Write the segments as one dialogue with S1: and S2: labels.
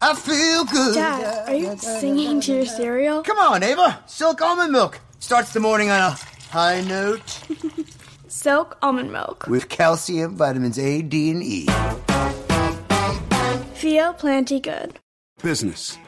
S1: I feel good.
S2: Dad, are you singing to your cereal?
S1: Come on, Ava. Silk almond milk. Starts the morning on a high note
S2: Silk almond milk.
S1: with calcium, vitamins A, D, and E.
S2: Feel plenty good.
S3: Business.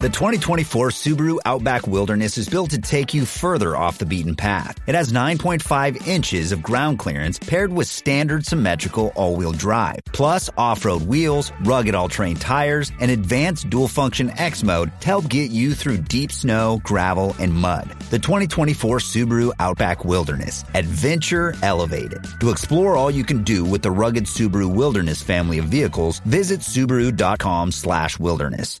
S4: The 2024 Subaru Outback Wilderness is built to take you further off the beaten path. It has 9.5 inches of ground clearance paired with standard symmetrical all-wheel drive, plus off-road wheels, rugged all-terrain tires, and advanced dual-function X mode to help get you through deep snow, gravel, and mud. The 2024 Subaru Outback Wilderness. Adventure elevated. To explore all you can do with the rugged Subaru Wilderness family of vehicles, visit Subaru.com slash wilderness.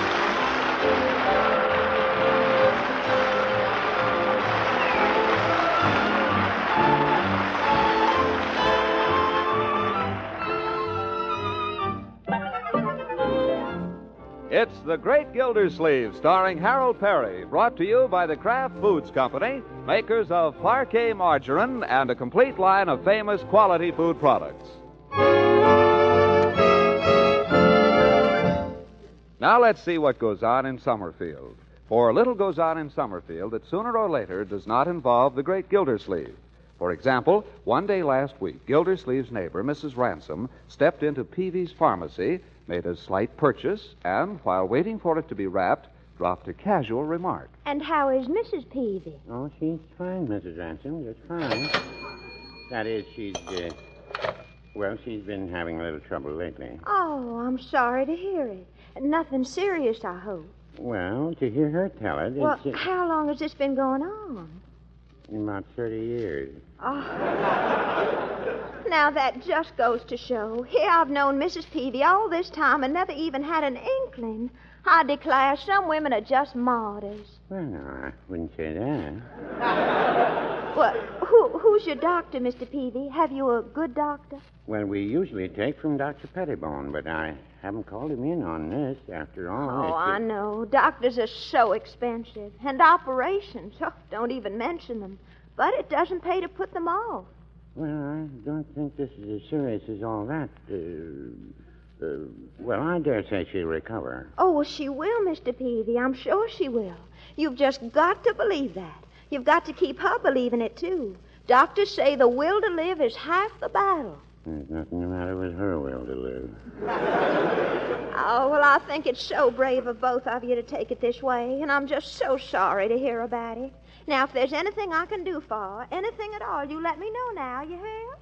S5: It's The Great Gildersleeve, starring Harold Perry, brought to you by the Kraft Foods Company, makers of parquet margarine and a complete line of famous quality food products. Now let's see what goes on in Summerfield. For little goes on in Summerfield that sooner or later does not involve the great Gildersleeve. For example, one day last week, Gildersleeve's neighbor, Mrs. Ransom, stepped into Peavy's pharmacy, made a slight purchase, and, while waiting for it to be wrapped, dropped a casual remark.
S6: And how is Mrs. Peavy?
S7: Oh, she's fine, Mrs. Ransom. Just fine. That is, she's, uh, well, she's been having a little trouble lately.
S6: Oh, I'm sorry to hear it. Nothing serious, I hope.
S7: Well, to hear her tell it,
S6: Well,
S7: it's uh,
S6: how long has this been going on?
S7: in about 30 years.
S6: Now, that just goes to show. Here I've known Mrs. Peavy all this time and never even had an inkling. I declare some women are just martyrs.
S7: Well, no, I wouldn't say that.
S6: Well, who, who's your doctor, Mr. Peavy? Have you a good doctor?
S7: Well, we usually take from Dr. Pettibone, but I haven't called him in on this after all.
S6: Oh,
S7: it's, uh,
S6: I know. Doctors are so expensive. And operations, oh, don't even mention them. But it doesn't pay to put them off.
S7: Well, I don't think this is as serious as all that. Uh, uh, well, I dare say she'll recover.
S6: Oh, well, she will, Mr. Peavy. I'm sure she will. You've just got to believe that. You've got to keep her believing it, too. Doctors say the will to live is half the battle.
S7: There's nothing the matter with her will to live.
S6: Oh, well, I think it's so brave of both of you to take it this way, and I'm just so sorry to hear about it. Now, if there's anything I can do for her, anything at all, you let me know now, you hear?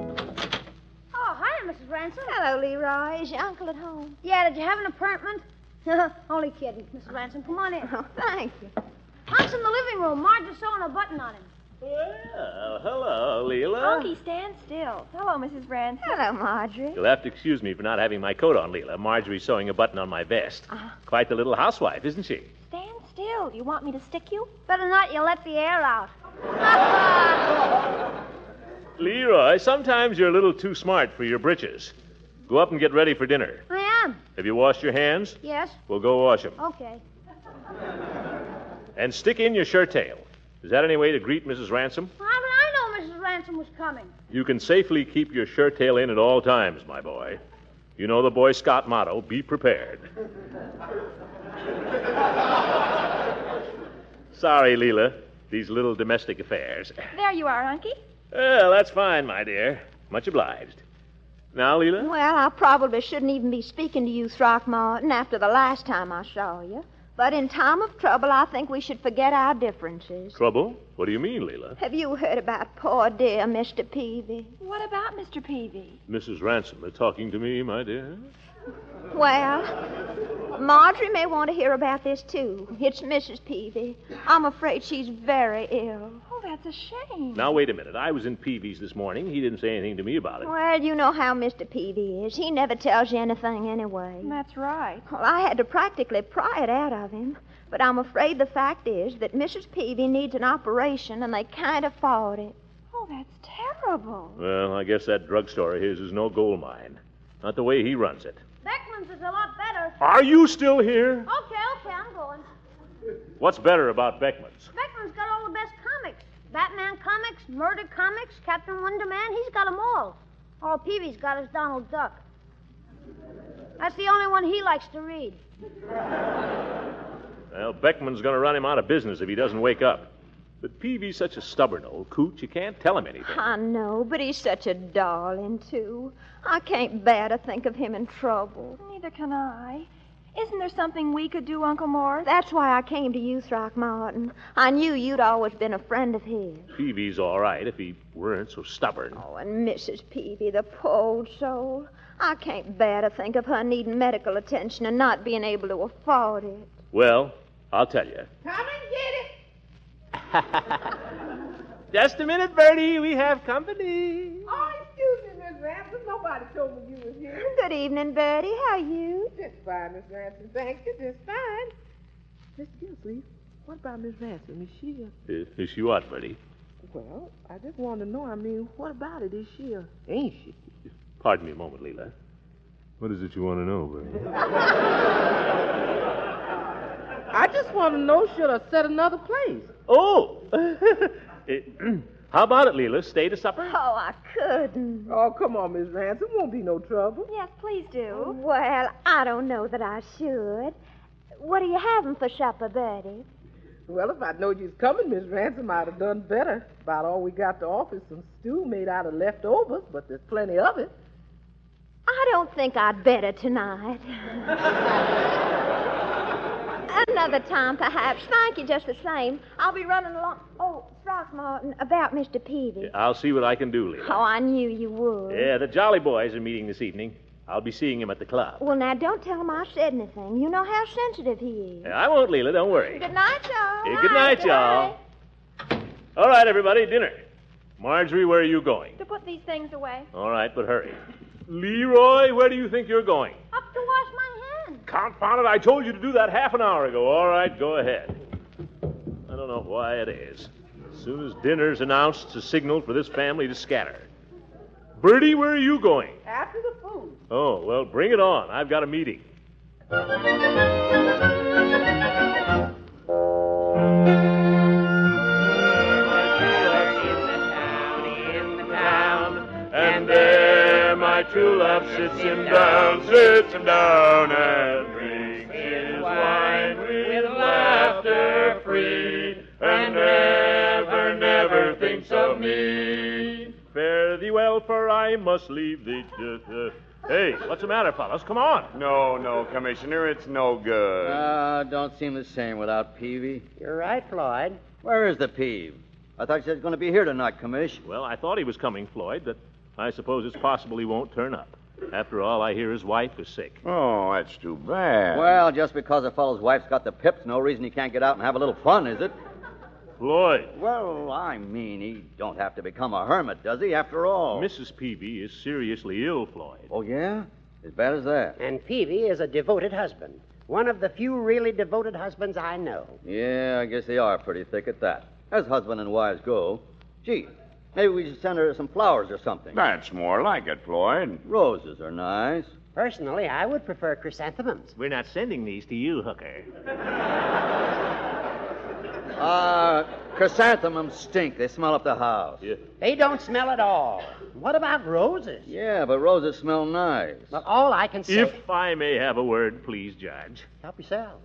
S8: Oh, hi, Mrs. Ransom.
S6: Hello, Leroy. Is your uncle at home?
S8: Yeah, did you have an appointment? Only kidding, Mrs. Ransom. Come on in.
S6: Oh, thank you.
S8: Hunt's in the living room. Marge is sewing a button on him.
S9: Well, hello, Leela.
S8: stand still. Hello, Mrs. Ransom.
S6: Hello, Marjorie.
S9: You'll have to excuse me for not having my coat on, Leela. Marjorie's sewing a button on my vest. Quite the little housewife, isn't she?
S8: Stand still. You want me to stick you? Better not. You let the air out.
S9: Leroy, sometimes you're a little too smart for your britches. Go up and get ready for dinner.
S8: I am.
S9: Have you washed your hands?
S8: Yes.
S9: Well, go wash them.
S8: Okay.
S9: And stick in your shirt tail. Is that any way to greet Mrs. Ransom?
S8: How did I know Mrs. Ransom was coming?
S9: You can safely keep your shirt tail in at all times, my boy. You know the Boy Scout motto be prepared. Sorry, Leela, these little domestic affairs.
S8: There you are, Unky.
S9: Well, that's fine, my dear. Much obliged. Now, Leela?
S6: Well, I probably shouldn't even be speaking to you, Throckmorton, after the last time I saw you. But in time of trouble, I think we should forget our differences.
S9: Trouble? What do you mean, Leela?
S6: Have you heard about poor dear Mr. Peavy?
S10: What about Mr. Peavy?
S9: Mrs. Ransom is talking to me, my dear.
S6: Well, Marjorie may want to hear about this, too. It's Mrs. Peavy. I'm afraid she's very ill.
S10: Oh, that's a shame.
S9: Now, wait a minute. I was in Peavy's this morning. He didn't say anything to me about it.
S6: Well, you know how Mr. Peavy is. He never tells you anything anyway.
S10: That's right.
S6: Well, I had to practically pry it out of him. But I'm afraid the fact is that Mrs. Peavy needs an operation, and they can't afford it.
S10: Oh, that's terrible.
S9: Well, I guess that drugstore of his is no gold mine. Not the way he runs it.
S8: Beckman's is a lot better.
S9: Are you still here?
S8: Okay, okay, I'm going.
S9: What's better about Beckman's?
S8: Beckman's got all the best comics. Batman comics, murder comics, Captain Wonder Man, he's got 'em all. All Peavy's got is Donald Duck. That's the only one he likes to read.
S9: Well, Beckman's going to run him out of business if he doesn't wake up. But Peavy's such a stubborn old coot, you can't tell him anything.
S6: I know, but he's such a darling, too. I can't bear to think of him in trouble.
S10: Neither can I. Isn't there something we could do, Uncle Morris?
S6: That's why I came to you, Throckmorton. I knew you'd always been a friend of his.
S9: Peavy's all right if he weren't so stubborn.
S6: Oh, and Mrs. Peavy, the poor old soul. I can't bear to think of her needing medical attention and not being able to afford it.
S9: Well, I'll tell you.
S11: Come and get it.
S12: Just a minute, Bertie. We have company.
S11: Oh, excuse me, Miss Ransom. Nobody told me you was here.
S6: Good evening, Bertie. How are you?
S11: Just fine, Miss Ransom. Thank you. Just fine. Miss Gilsey, what about Miss Ransom? Is she a...
S9: Uh, Is she what, Bertie?
S11: Well, I just want to know. I mean, what about it? Is she a... Ain't she?
S9: Pardon me a moment, Leela. What is it you want to know, Bertie?
S11: I just want to know should I set another place.
S9: Oh! Uh, how about it, Leela? Stay to supper?
S6: Oh, I couldn't.
S11: Oh, come on, Miss Ransom. Won't be no trouble.
S10: Yes, please do.
S6: Well, I don't know that I should. What are you having for supper, Bertie?
S11: Well, if I'd known you was coming, Miss Ransom, I'd have done better. About all we got to offer is some stew made out of leftovers, but there's plenty of it.
S6: I don't think I'd better tonight. Another time, perhaps. Thank you just the same. I'll be running along. Oh, Throckmorton, about Mr. Peavy.
S9: I'll see what I can do, Leela.
S6: Oh, I knew you would.
S9: Yeah, the Jolly Boys are meeting this evening. I'll be seeing him at the club.
S6: Well, now, don't tell him I said anything. You know how sensitive he is.
S9: Yeah, I won't, Leela. Don't worry.
S6: Good night, y'all.
S9: Yeah, good night, y'all. All right, everybody, dinner. Marjorie, where are you going?
S10: To put these things away.
S9: All right, but hurry. Leroy, where do you think you're going?
S8: Up to wash my hands.
S9: Confound it, I told you to do that half an hour ago. All right, go ahead. I don't know why it is. As soon as dinner's announced, it's a signal for this family to scatter. Bertie, where are you going?
S11: After the food.
S9: Oh, well, bring it on. I've got a meeting.
S13: And there my true love sits him down, sits him down, and drinks his wine with laughter free, and never, never thinks of me.
S9: Fare thee well, for I must leave thee. Uh, uh, Hey, what's the matter, fellas? Come on.
S13: No, no, Commissioner, it's no good.
S14: Uh, don't seem the same without Peavy.
S15: You're right, Floyd.
S14: Where is the Peave? I thought you was going to be here tonight, Commish.
S9: Well, I thought he was coming, Floyd, but I suppose it's possible he won't turn up. After all, I hear his wife is sick.
S13: Oh, that's too bad.
S14: Well, just because a fellow's wife's got the pips, no reason he can't get out and have a little fun, is it?
S9: Floyd.
S14: Well, I mean, he don't have to become a hermit, does he? After all.
S9: Mrs. Peavy is seriously ill, Floyd.
S14: Oh yeah, as bad as that.
S15: And Peavy is a devoted husband. One of the few really devoted husbands I know.
S14: Yeah, I guess they are pretty thick at that, as husband and wives go. Gee, maybe we should send her some flowers or something.
S13: That's more like it, Floyd.
S14: Roses are nice.
S15: Personally, I would prefer chrysanthemums.
S12: We're not sending these to you, Hooker.
S14: Uh, chrysanthemums stink. They smell up the house. Yeah.
S15: They don't smell at all. What about roses?
S14: but roses smell nice.
S15: Well, all I can say.
S9: If I may have a word, please, Judge.
S15: Help yourself.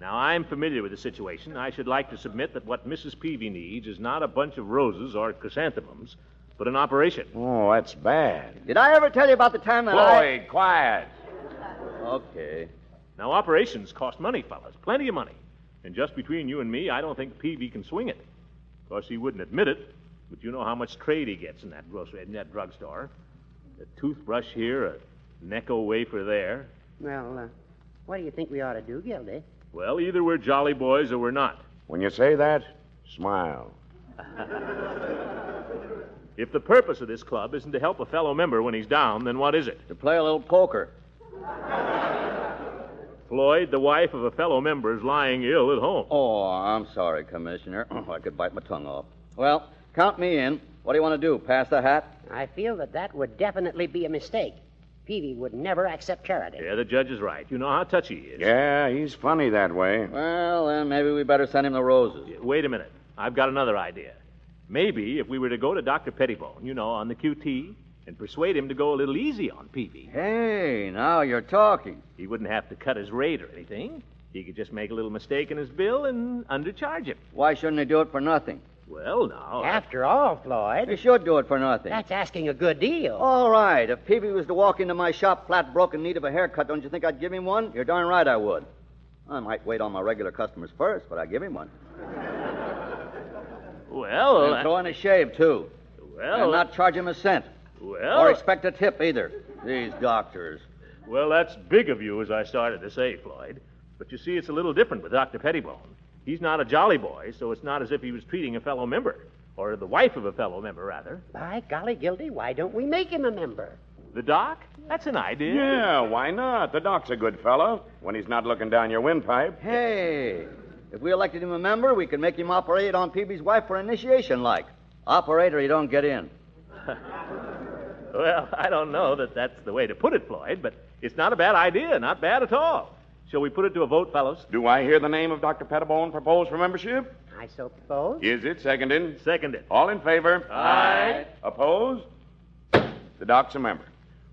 S9: Now, I'm familiar with the situation. I should like to submit that what Mrs. Peavy needs is not a bunch of roses or chrysanthemums, but an operation.
S13: Oh, that's bad.
S14: Did I ever tell you about the time that
S13: Floyd, quiet.
S14: I... Okay.
S9: Now, operations cost money, fellas. Plenty of money. And just between you and me, I don't think Peavy can swing it. Of course, he wouldn't admit it, but you know how much trade he gets in that grocery, in that drugstore. A toothbrush here, a Necco wafer there.
S15: Well, uh, what do you think we ought to do, Gildy?
S9: Well, either we're jolly boys or we're not.
S16: When you say that, smile.
S9: If the purpose of this club isn't to help a fellow member when he's down, then what is it? To play a little poker. Floyd, the wife of a fellow member, is lying ill at home.
S14: Oh, I'm sorry, Commissioner. Oh, I could bite my tongue off. Well, count me in. What do you want to do? Pass the hat?
S15: I feel that that would definitely be a mistake. Peavy would never accept charity.
S9: Yeah, the judge is right. You know how touchy he is.
S16: Yeah, he's funny that way.
S14: Well, then maybe we better send him the roses.
S9: Wait a minute. I've got another idea. Maybe if we were to go to Dr. Pettibone, you know, on the QT, and persuade him to go a little easy on Peavy.
S14: Hey, now you're talking.
S9: He wouldn't have to cut his rate or anything. He could just make a little mistake in his bill and undercharge him.
S14: Why shouldn't they do it for nothing?
S9: Well, now. uh,
S15: After all, Floyd.
S14: They should do it for nothing.
S15: That's asking a good deal.
S14: All right. If Peavy was to walk into my shop flat broke in need of a haircut, don't you think I'd give him one? You're darn right I would. I might wait on my regular customers first, but I'd give him one.
S9: Well, uh,
S14: and throw in a shave, too.
S9: Well.
S14: And not charge him a cent.
S9: Well.
S16: Oh.
S14: Or expect a tip either. These doctors.
S9: Well, that's big of you, as I started to say, Floyd. But you see, it's a little different with Dr. Pettibone. He's not a jolly boy, so it's not as if he was treating a fellow member, or the wife of a fellow member, rather.
S15: By golly, Gildy, why don't we make him a member?
S9: The doc? That's an idea.
S16: Yeah, why not? The doc's a good fellow when he's not looking down your windpipe.
S14: Hey, if we elected him a member, we could make him operate on Peavy's wife for initiation, like. Operator, you don't get in.
S9: Well, I don't know that that's the way to put it, Floyd, but it's not a bad idea. Not bad at all. Shall we put it to a vote, fellows?
S16: Do I hear the name of Dr. Pettibone proposed for membership?
S15: I so propose.
S16: Is it seconded?
S9: Seconded.
S16: All in favor?
S9: Aye.
S16: Opposed? The doc's a member.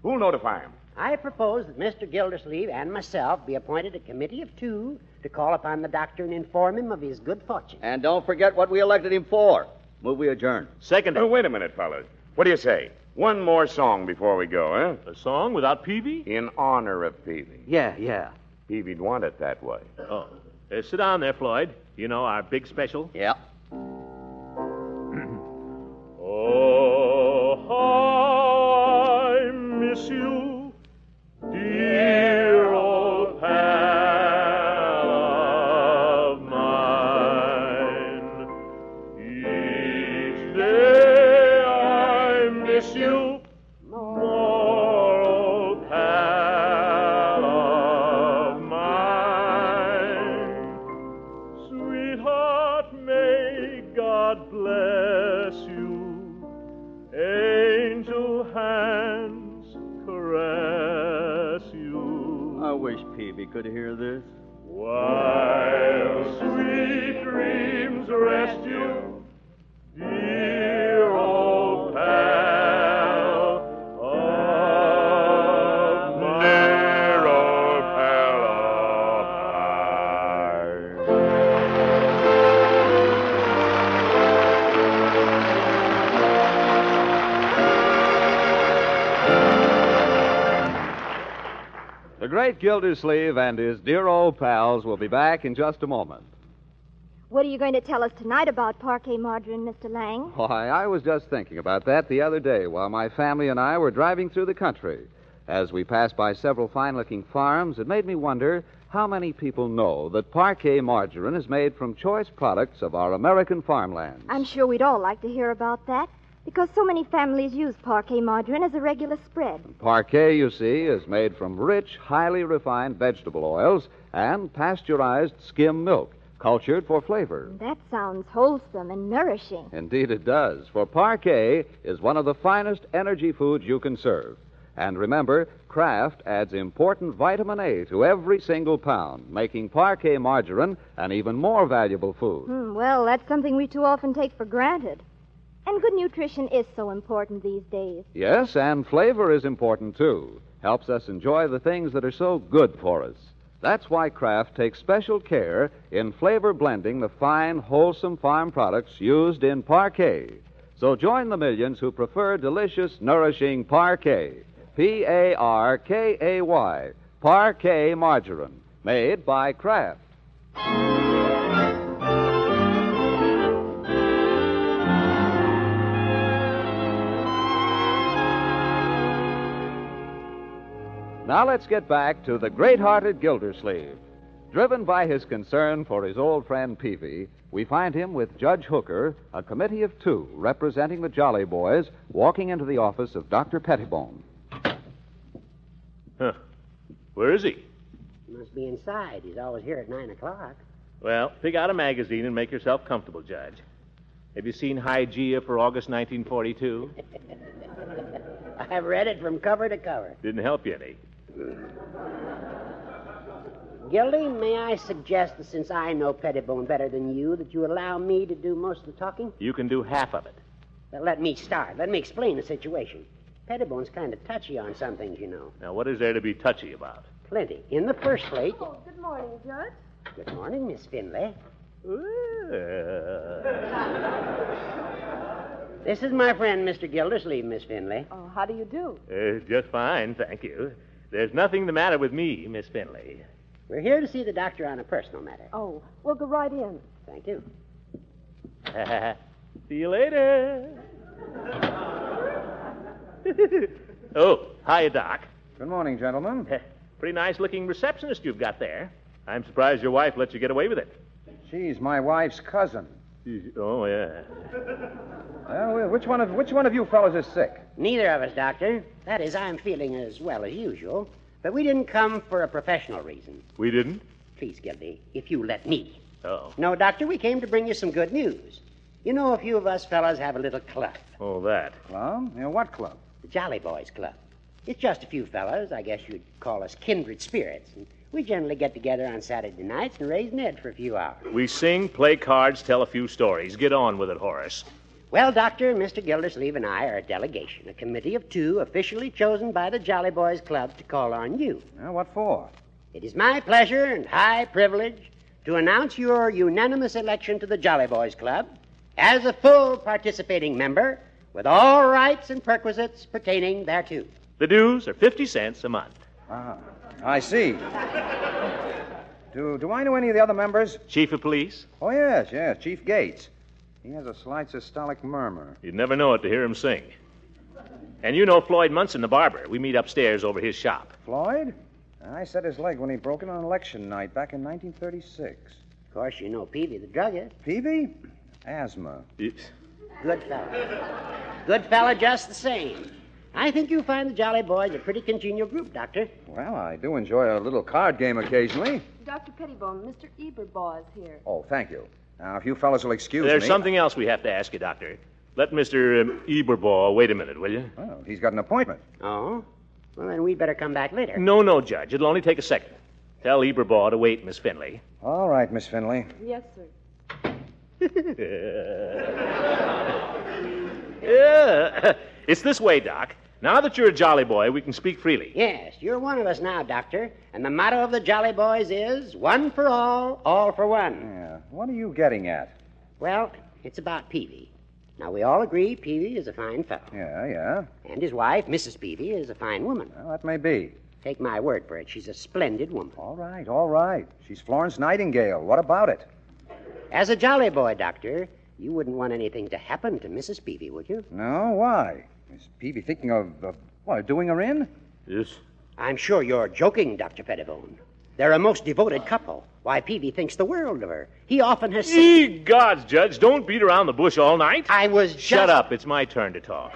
S16: Who'll notify him?
S15: I propose that Mr. Gildersleeve and myself be appointed a committee of two to call upon the doctor and inform him of his good fortune.
S14: And don't forget what we elected him for. Move we adjourn.
S9: Seconded.
S16: Oh, wait a minute, fellas. What do you say? One more song before we go,
S9: eh? A song without Peavy?
S16: In honor of Peavy.
S15: Yeah, yeah.
S16: Peavy'd want it that way.
S9: Oh. Uh, sit down there, Floyd. You know, our big special.
S14: Yeah.
S13: Oh, I miss you, dear old pal of mine. Each day I miss you more, old pal of mine. Sweetheart, may God bless you. Angel hands caress you.
S14: I wish Peavy could hear this.
S13: While sweet dreams rest you, dear old pal of mine. Dear old pal of mine.
S5: The great Gildersleeve and his dear old pals will be back in just a moment.
S6: What are you going to tell us tonight about parquet margarine, Mr. Lang?
S5: Why, I was just thinking about that the other day while my family and I were driving through the country. As we passed by several fine looking farms, it made me wonder how many people know that parquet margarine is made from choice products of our American farmland.
S6: I'm sure we'd all like to hear about that because so many families use parquet margarine as a regular spread.
S5: Parquet, you see, is made from rich, highly refined vegetable oils and pasteurized skim milk, cultured for flavor.
S6: That sounds wholesome and nourishing.
S5: Indeed, it does, for parquet is one of the finest energy foods you can serve. And remember, Kraft adds important vitamin A to every single pound, making parquet margarine an even more valuable food.
S6: Hmm, well, that's something we too often take for granted. And good nutrition is so important these days.
S5: Yes, and flavor is important too. Helps us enjoy the things that are so good for us. That's why Kraft takes special care in flavor blending the fine, wholesome farm products used in parquet. So join the millions who prefer delicious, nourishing parquet. P A R K A Y. Parquet margarine. Made by Kraft. Now let's get back to the great hearted Gildersleeve. Driven by his concern for his old friend Peavy, we find him with Judge Hooker, a committee of two representing the Jolly Boys, walking into the office of Dr. Pettibone.
S9: Huh. Where is he?
S15: Must be inside. He's always here at 9 o'clock.
S9: Well, pick out a magazine and make yourself comfortable, Judge. Have you seen Hygeia for August 1942?
S15: I've read it from cover to cover.
S9: Didn't help you any.
S15: Gildy, may I suggest that since I know Pettibone better than you, that you allow me to do most of the talking?
S9: You can do half of it.
S15: Now, let me start. Let me explain the situation. Pettibone's kind of touchy on some things, you know.
S9: Now, what is there to be touchy about?
S15: Plenty. In the first place.
S8: Oh, good morning, Judge.
S15: Good morning, Miss Finley. This is my friend, Mr. Gildersleeve, Miss Finley.
S10: Oh, how do you do?
S9: Uh, just fine, thank you. There's nothing the matter with me, Miss Finley.
S15: We're here to see the doctor on a personal matter.
S10: Oh, well, go right in.
S15: Thank you.
S9: see you later. oh, hiya, Doc.
S5: Good morning, gentlemen.
S9: Pretty nice looking receptionist you've got there. I'm surprised your wife lets you get away with it.
S17: She's my wife's cousin.
S9: Oh, yeah.
S17: Well, which one of which one of you fellows is sick?
S15: Neither of us, Doctor. That is, I'm feeling as well as usual. But we didn't come for a professional reason.
S9: We didn't?
S15: Please, Gildy, if you let me.
S9: Oh.
S15: No, Doctor, we came to bring you some good news. You know, a few of us fellas have a little club.
S9: Oh, that.
S17: Club? Yeah, what club?
S15: The Jolly Boys Club. It's just a few fellas. I guess you'd call us kindred spirits. And we generally get together on Saturday nights and raise Ned for a few hours.
S9: We sing, play cards, tell a few stories. Get on with it, Horace.
S15: Well, Doctor, Mr. Gildersleeve and I are a delegation, a committee of two officially chosen by the Jolly Boys Club to call on you.
S17: what for?
S15: It is my pleasure and high privilege to announce your unanimous election to the Jolly Boys Club as a full participating member with all rights and perquisites pertaining thereto.
S9: The dues are 50 cents a month.
S17: Ah, I see. Do, do I know any of the other members?
S9: Chief of Police?
S17: Oh, yes, yes, Chief Gates. He has a slight systolic murmur.
S9: You'd never know it to hear him sing. And you know Floyd Munson, the barber. We meet upstairs over his shop.
S17: Floyd? I set his leg when he broke it on election night back in 1936.
S15: Of course, you know Peavy, the druggist.
S17: Peavy? Asthma.
S15: Good fellow. Good fellow just the same. I think you'll find the Jolly Boys a pretty congenial group, Doctor.
S17: Well, I do enjoy a little card game occasionally.
S10: Dr. Pettibone, Mr. Eberbaugh is here.
S17: Oh, thank you. Now, if you fellows will excuse
S9: There's
S17: me.
S9: something else we have to ask you, Doctor. Let Mr. Um, Eberbaugh wait a minute, will you?
S17: Oh, he's got an appointment.
S15: Oh? Well, then we'd better come back later.
S9: No, no, Judge. It'll only take a second. Tell Eberbaugh to wait, Miss Finley.
S17: All right, Miss Finley.
S10: Yes, sir.
S9: yeah. It's this way, Doc. Now that you're a jolly boy, we can speak freely.
S15: Yes, you're one of us now, Doctor. And the motto of the Jolly Boys is one for all, all for one.
S17: Yeah. What are you getting at?
S15: Well, it's about Peavy. Now, we all agree Peavy is a fine fellow.
S17: Yeah, yeah.
S15: And his wife, Mrs. Peavy, is a fine woman.
S17: Well, that may be.
S15: Take my word for it, she's a splendid woman.
S17: All right, all right. She's Florence Nightingale. What about it?
S15: As a Jolly Boy, Doctor, you wouldn't want anything to happen to Mrs. Peavy, would you?
S17: No, Oh, why? Is Peavy thinking of, of what, doing her in?
S9: Yes.
S15: I'm sure you're joking, Dr. Pettibone. They're a most devoted couple. Why, Peavy thinks the world of her. He often has
S9: Ye gods, Judge, don't beat around the bush all night.
S15: I was
S9: Shut
S15: just-
S9: up. It's my turn to talk.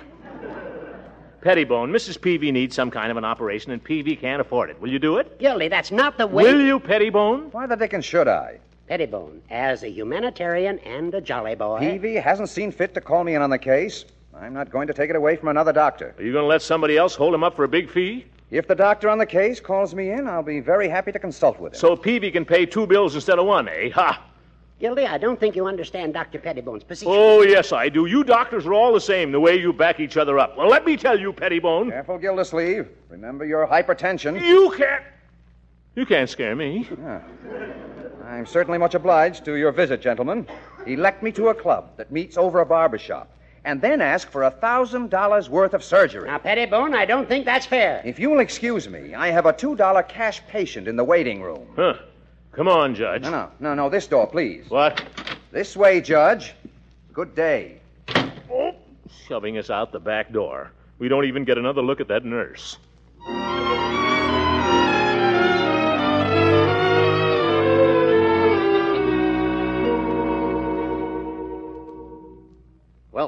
S9: Pettibone, Mrs. Peavy needs some kind of an operation, and Peavy can't afford it. Will you do it?
S15: Gildy, that's not the way.
S9: Will you, Pettibone?
S17: Why the dickens should I?
S15: Pettibone, as a humanitarian and a jolly boy.
S17: Peavy hasn't seen fit to call me in on the case. I'm not going to take it away from another doctor.
S9: Are you going to let somebody else hold him up for a big fee?
S17: If the doctor on the case calls me in, I'll be very happy to consult with him.
S9: So Peavy can pay two bills instead of one, eh? Ha!
S15: Gildy, I don't think you understand Dr. Pettibone's position.
S9: Oh, yes, I do. You doctors are all the same, the way you back each other up. Well, let me tell you, Pettibone.
S17: Careful, Gildersleeve. Remember your hypertension.
S9: You can't. You can't scare me.
S17: I'm certainly much obliged to your visit, gentlemen. Elect me to a club that meets over a barber shop, and then ask for a thousand dollars worth of surgery.
S15: Now, Pettibone, I don't think that's fair.
S17: If you'll excuse me, I have a $2 cash patient in the waiting room.
S9: Huh. Come on, Judge.
S17: No, no, no, no, this door, please.
S9: What?
S17: This way, Judge. Good day.
S9: Shoving us out the back door. We don't even get another look at that nurse.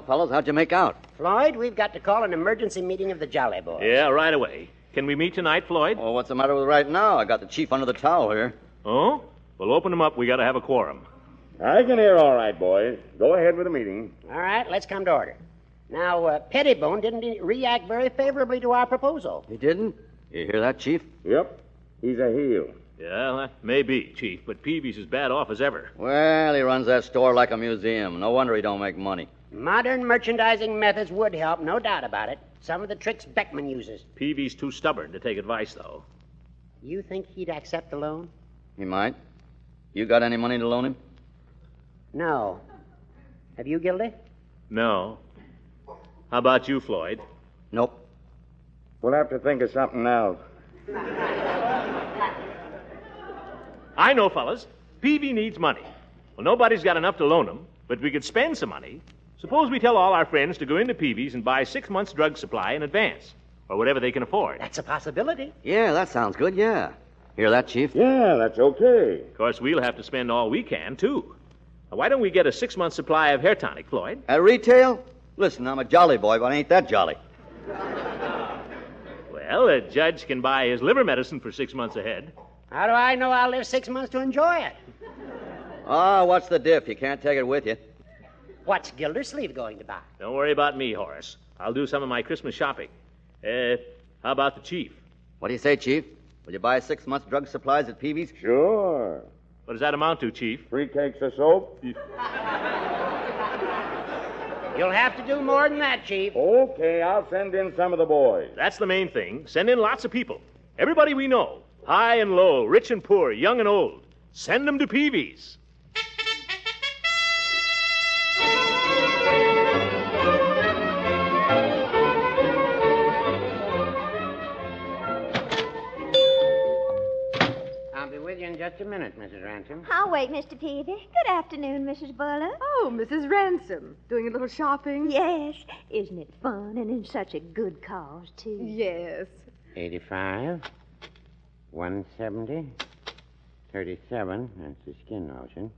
S14: fellas. How'd you make out?
S7: Floyd, we've got to call an emergency meeting of the Jolly Boys.
S14: Yeah, right away. Can we meet tonight, Floyd? Well, what's the matter with right now? I got the chief under the towel here.
S9: Oh? Well, open them up. We got to have a quorum.
S16: I can hear all right, boys. Go ahead with the meeting.
S7: All right, let's come to order. Now, uh, Pettibone didn't react very favorably to our proposal.
S14: He didn't? You hear that, Chief?
S16: Yep. He's a heel.
S9: Yeah, maybe, Chief, but Peavy's as bad off as ever.
S14: Well, he runs that store like a museum. No wonder he don't make money.
S7: Modern merchandising methods would help, no doubt about it. Some of the tricks Beckman uses.
S9: Peavy's too stubborn to take advice, though.
S7: You think he'd accept a loan?
S14: He might. You got any money to loan him?
S7: No. Have you, Gildy?
S9: No. How about you, Floyd?
S14: Nope.
S16: We'll have to think of something else.
S9: I know, fellas. Peavy needs money. Well, nobody's got enough to loan him, but we could spend some money. Suppose we tell all our friends to go into Peavy's and buy six months' drug supply in advance, or whatever they can afford.
S7: That's a possibility.
S14: Yeah, that sounds good, yeah. Hear that, Chief?
S16: Yeah, that's okay.
S9: Of course, we'll have to spend all we can, too. Now, why don't we get a six month supply of hair tonic, Floyd?
S14: At retail? Listen, I'm a jolly boy, but I ain't that jolly.
S9: Well, a judge can buy his liver medicine for six months ahead.
S7: How do I know I'll live six months to enjoy it?
S14: Ah, what's the diff? You can't take it with you.
S7: What's Gildersleeve going to buy?
S9: Don't worry about me, Horace. I'll do some of my Christmas shopping. Uh, how about the chief?
S14: What do you say, Chief? Will you buy six months' drug supplies at Peavy's?
S16: Sure.
S9: What does that amount to, Chief?
S16: Three cakes of soap.
S7: You'll have to do more than that, Chief.
S16: Okay, I'll send in some of the boys.
S9: That's the main thing. Send in lots of people. Everybody we know, high and low, rich and poor, young and old. Send them to Peavy's.
S7: I'll be with you in just a minute, Mrs. Ransom.
S6: I'll Oh, wait, Mr. Peavy. Good afternoon, Mrs. Buller.
S10: Oh, Mrs. Ransom. Doing a little shopping?
S6: Yes. Isn't it fun and in such a good cause, too?
S10: Yes.
S7: 85, 170, 37, that's the skin lotion,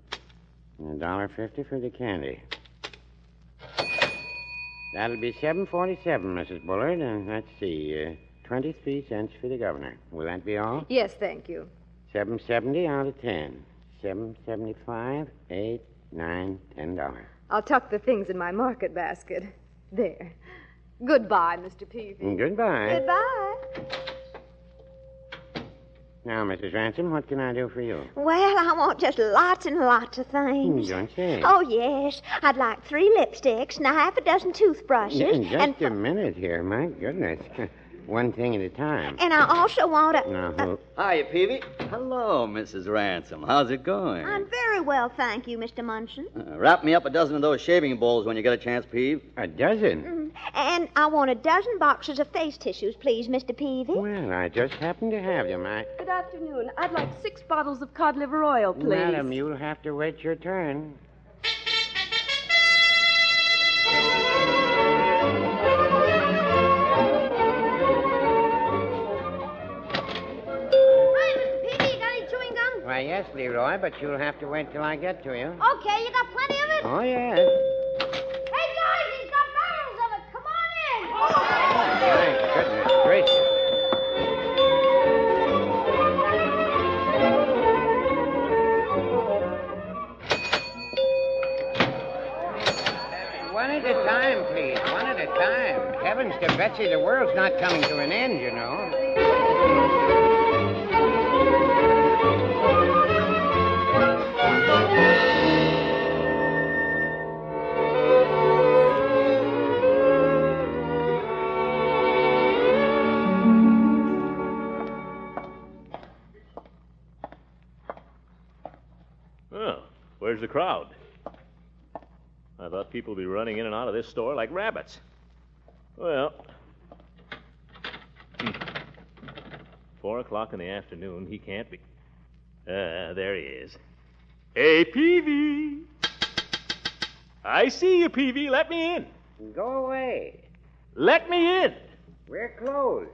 S7: and a dollar fifty for the candy. That'll be 747, Mrs. Bullard, and let's see, uh, 23 cents for the governor. Will that be all?
S10: Yes, thank you.
S7: 770 out of 10. 775, 8, 9, 10 dollars.
S10: I'll tuck the things in my market basket. There. Goodbye, Mr. Peavy.
S7: Goodbye.
S6: Goodbye.
S7: Now, Mrs. Ransom, what can I do for you?
S6: Well, I want just lots and lots of
S7: You
S6: things.
S7: don't say.
S6: Oh, yes. I'd like three lipsticks and a half a dozen toothbrushes.
S7: Yeah, just
S6: and,
S7: a minute here, my goodness. One thing at a time.
S6: and I also want a.
S7: Now, who-
S14: Hiya, Peavy. Hello, Mrs. Ransom. How's it going?
S6: I'm very well, thank you, Mr. Munson.
S14: Uh, wrap me up a dozen of those shaving bowls when you get a chance, Peavy.
S7: A dozen?
S6: Mm, And I want a dozen boxes of face tissues, please, Mr. Peavy.
S7: Well, I just happened to have them. I.
S10: Good afternoon. I'd like six bottles of cod liver oil, please.
S7: Madam, you'll have to wait your turn.
S8: Hey, Mr. Peavy, you got any chewing gum?
S7: Why, yes, Leroy, but you'll have to wait till I get to you.
S8: Okay, you got plenty of it?
S7: Oh, yes.
S8: Hey, guys, he's got barrels of it. Come on in.
S7: My goodness gracious. One at a time, please. One at a time. Heavens to Betsy, the world's not coming to an end, you know.
S9: Oh, where's the crowd? I thought people would be running in and out of this store like rabbits. Well, hmm. four o'clock in the afternoon. He can't be. Uh, there he is. Hey, Peavy. I see you, Peavy. Let me in.
S7: Go away.
S9: Let me in.
S7: We're closed.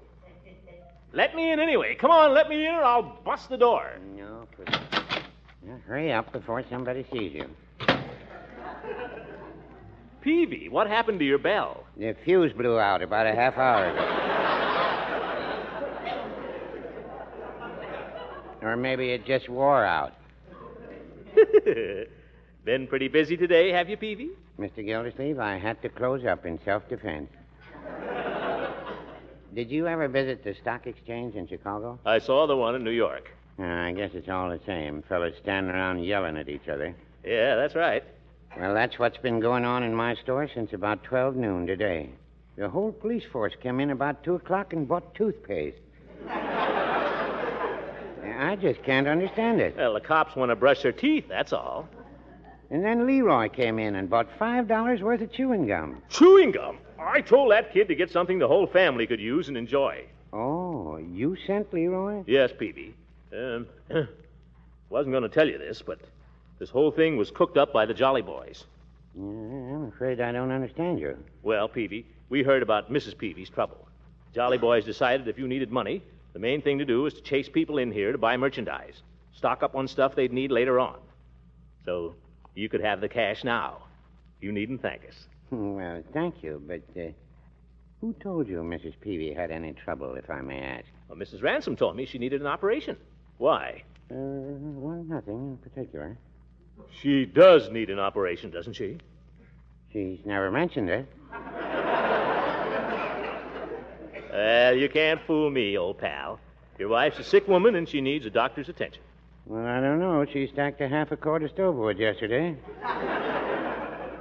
S9: Let me in anyway. Come on, let me in, or I'll bust the door.
S7: No, please. Now, hurry up before somebody sees you.
S9: Peavy, what happened to your bell?
S7: The fuse blew out about a half hour ago. or maybe it just wore out.
S9: Been pretty busy today, have you, Peavy?
S7: Mr. Gildersleeve, I had to close up in self defense. Did you ever visit the stock exchange in Chicago?
S9: I saw the one in New York.
S7: Uh, I guess it's all the same. Fellas standing around yelling at each other.
S9: Yeah, that's right.
S7: Well, that's what's been going on in my store since about 12 noon today. The whole police force came in about 2 o'clock and bought toothpaste. I just can't understand it.
S9: Well, the cops want to brush their teeth, that's all.
S7: And then Leroy came in and bought $5 worth of chewing gum.
S9: Chewing gum? I told that kid to get something the whole family could use and enjoy.
S7: Oh, you sent Leroy?
S9: Yes, Peavy. Um, wasn't going to tell you this, but this whole thing was cooked up by the Jolly Boys.
S7: Yeah, I'm afraid I don't understand you.
S9: Well, Peavy, we heard about Mrs. Peavy's trouble. Jolly Boys decided if you needed money, the main thing to do was to chase people in here to buy merchandise, stock up on stuff they'd need later on. So you could have the cash now. You needn't thank us.
S7: Well, thank you, but uh, who told you Mrs. Peavy had any trouble, if I may ask?
S9: Well, Mrs. Ransom told me she needed an operation. Why?
S7: Uh, well, nothing in particular.
S9: She does need an operation, doesn't she?
S7: She's never mentioned it.
S9: Well, you can't fool me, old pal. Your wife's a sick woman, and she needs a doctor's attention.
S7: Well, I don't know. She stacked a half a quart of stowboard yesterday.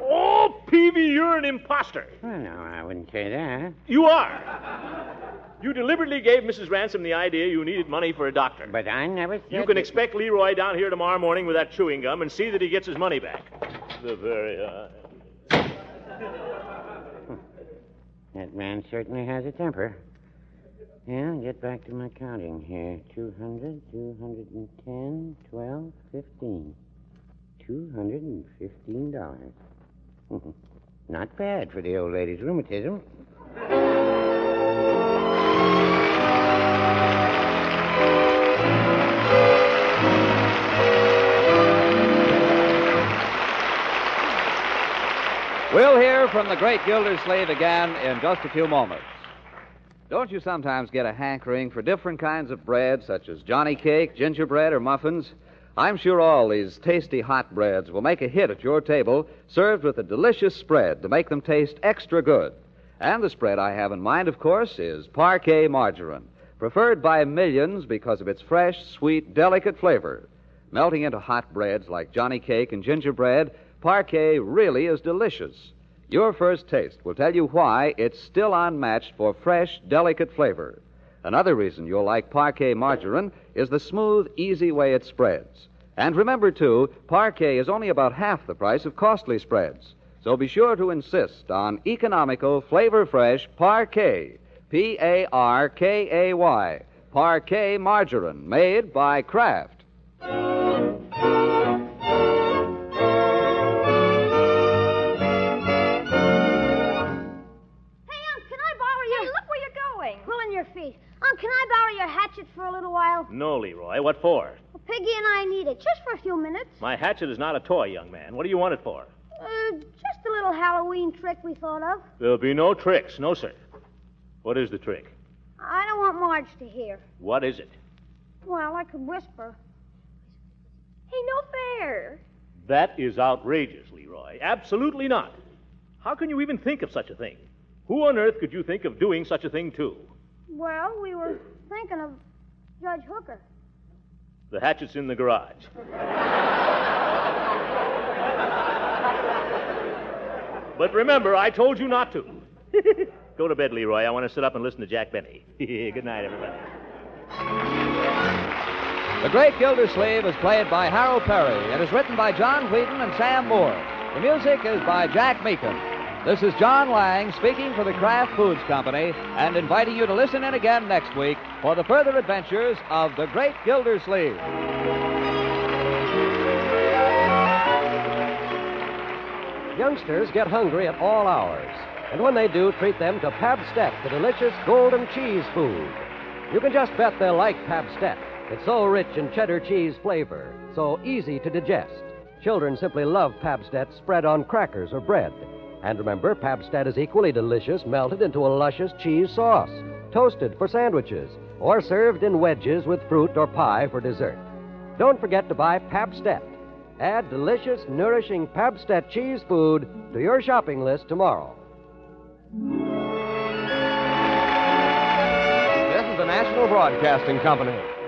S9: Oh, Peavy, you're an imposter.
S7: Well, no, I wouldn't say that.
S9: You are. You deliberately gave Mrs. Ransom the idea you needed money for a doctor.
S7: But I never said.
S9: You can
S7: that-
S9: expect Leroy down here tomorrow morning with that chewing gum and see that he gets his money back. The very eye.
S7: That man certainly has a temper. Yeah, get back to my counting here. 200, 210, 12, 15. $215. Not bad for the old lady's rheumatism.
S5: We'll hear from the great Gildersleeve again in just a few moments. Don't you sometimes get a hankering for different kinds of bread, such as Johnny cake, gingerbread, or muffins? I'm sure all these tasty hot breads will make a hit at your table, served with a delicious spread to make them taste extra good. And the spread I have in mind, of course, is parquet margarine, preferred by millions because of its fresh, sweet, delicate flavor. Melting into hot breads like Johnny cake and gingerbread, parquet really is delicious. Your first taste will tell you why it's still unmatched for fresh, delicate flavor. Another reason you'll like parquet margarine is the smooth, easy way it spreads. And remember, too, parquet is only about half the price of costly spreads. So be sure to insist on economical, flavor fresh parquet. P A R K A Y. Parquet margarine, made by Kraft.
S8: Hey, Unc, can I borrow your... Hey, look where you're going. Pulling your feet. Unc, can I borrow your hatchet for a little while?
S9: No, Leroy, what for?
S8: Well, Piggy and I need it, just for a few minutes.
S9: My hatchet is not a toy, young man. What do you want it for?
S8: Uh, just a little Halloween trick we thought of.
S9: There'll be no tricks, no, sir. What is the trick?
S8: I don't want Marge to hear.
S9: What is it?
S8: Well, I could whisper. Hey, no fair.
S9: That is outrageous, Leroy. Absolutely not. How can you even think of such a thing? Who on earth could you think of doing such a thing to?
S8: Well, we were thinking of Judge Hooker.
S9: The hatchet's in the garage. But remember, I told you not to. Go to bed, Leroy. I want to sit up and listen to Jack Benny. Good night, everybody.
S5: The Great Gildersleeve is played by Harold Perry and is written by John Wheaton and Sam Moore. The music is by Jack Meekin. This is John Lang speaking for the Kraft Foods Company and inviting you to listen in again next week for the further adventures of The Great Gildersleeve.
S18: Youngsters get hungry at all hours, and when they do, treat them to Pabstet, the delicious golden cheese food. You can just bet they'll like Pabstet. It's so rich in cheddar cheese flavor, so easy to digest. Children simply love Pabstet spread on crackers or bread. And remember, Pabstat is equally delicious melted into a luscious cheese sauce, toasted for sandwiches, or served in wedges with fruit or pie for dessert. Don't forget to buy Pabstat. Add delicious, nourishing Pabstat cheese food to your shopping list tomorrow.
S19: This is the National Broadcasting Company.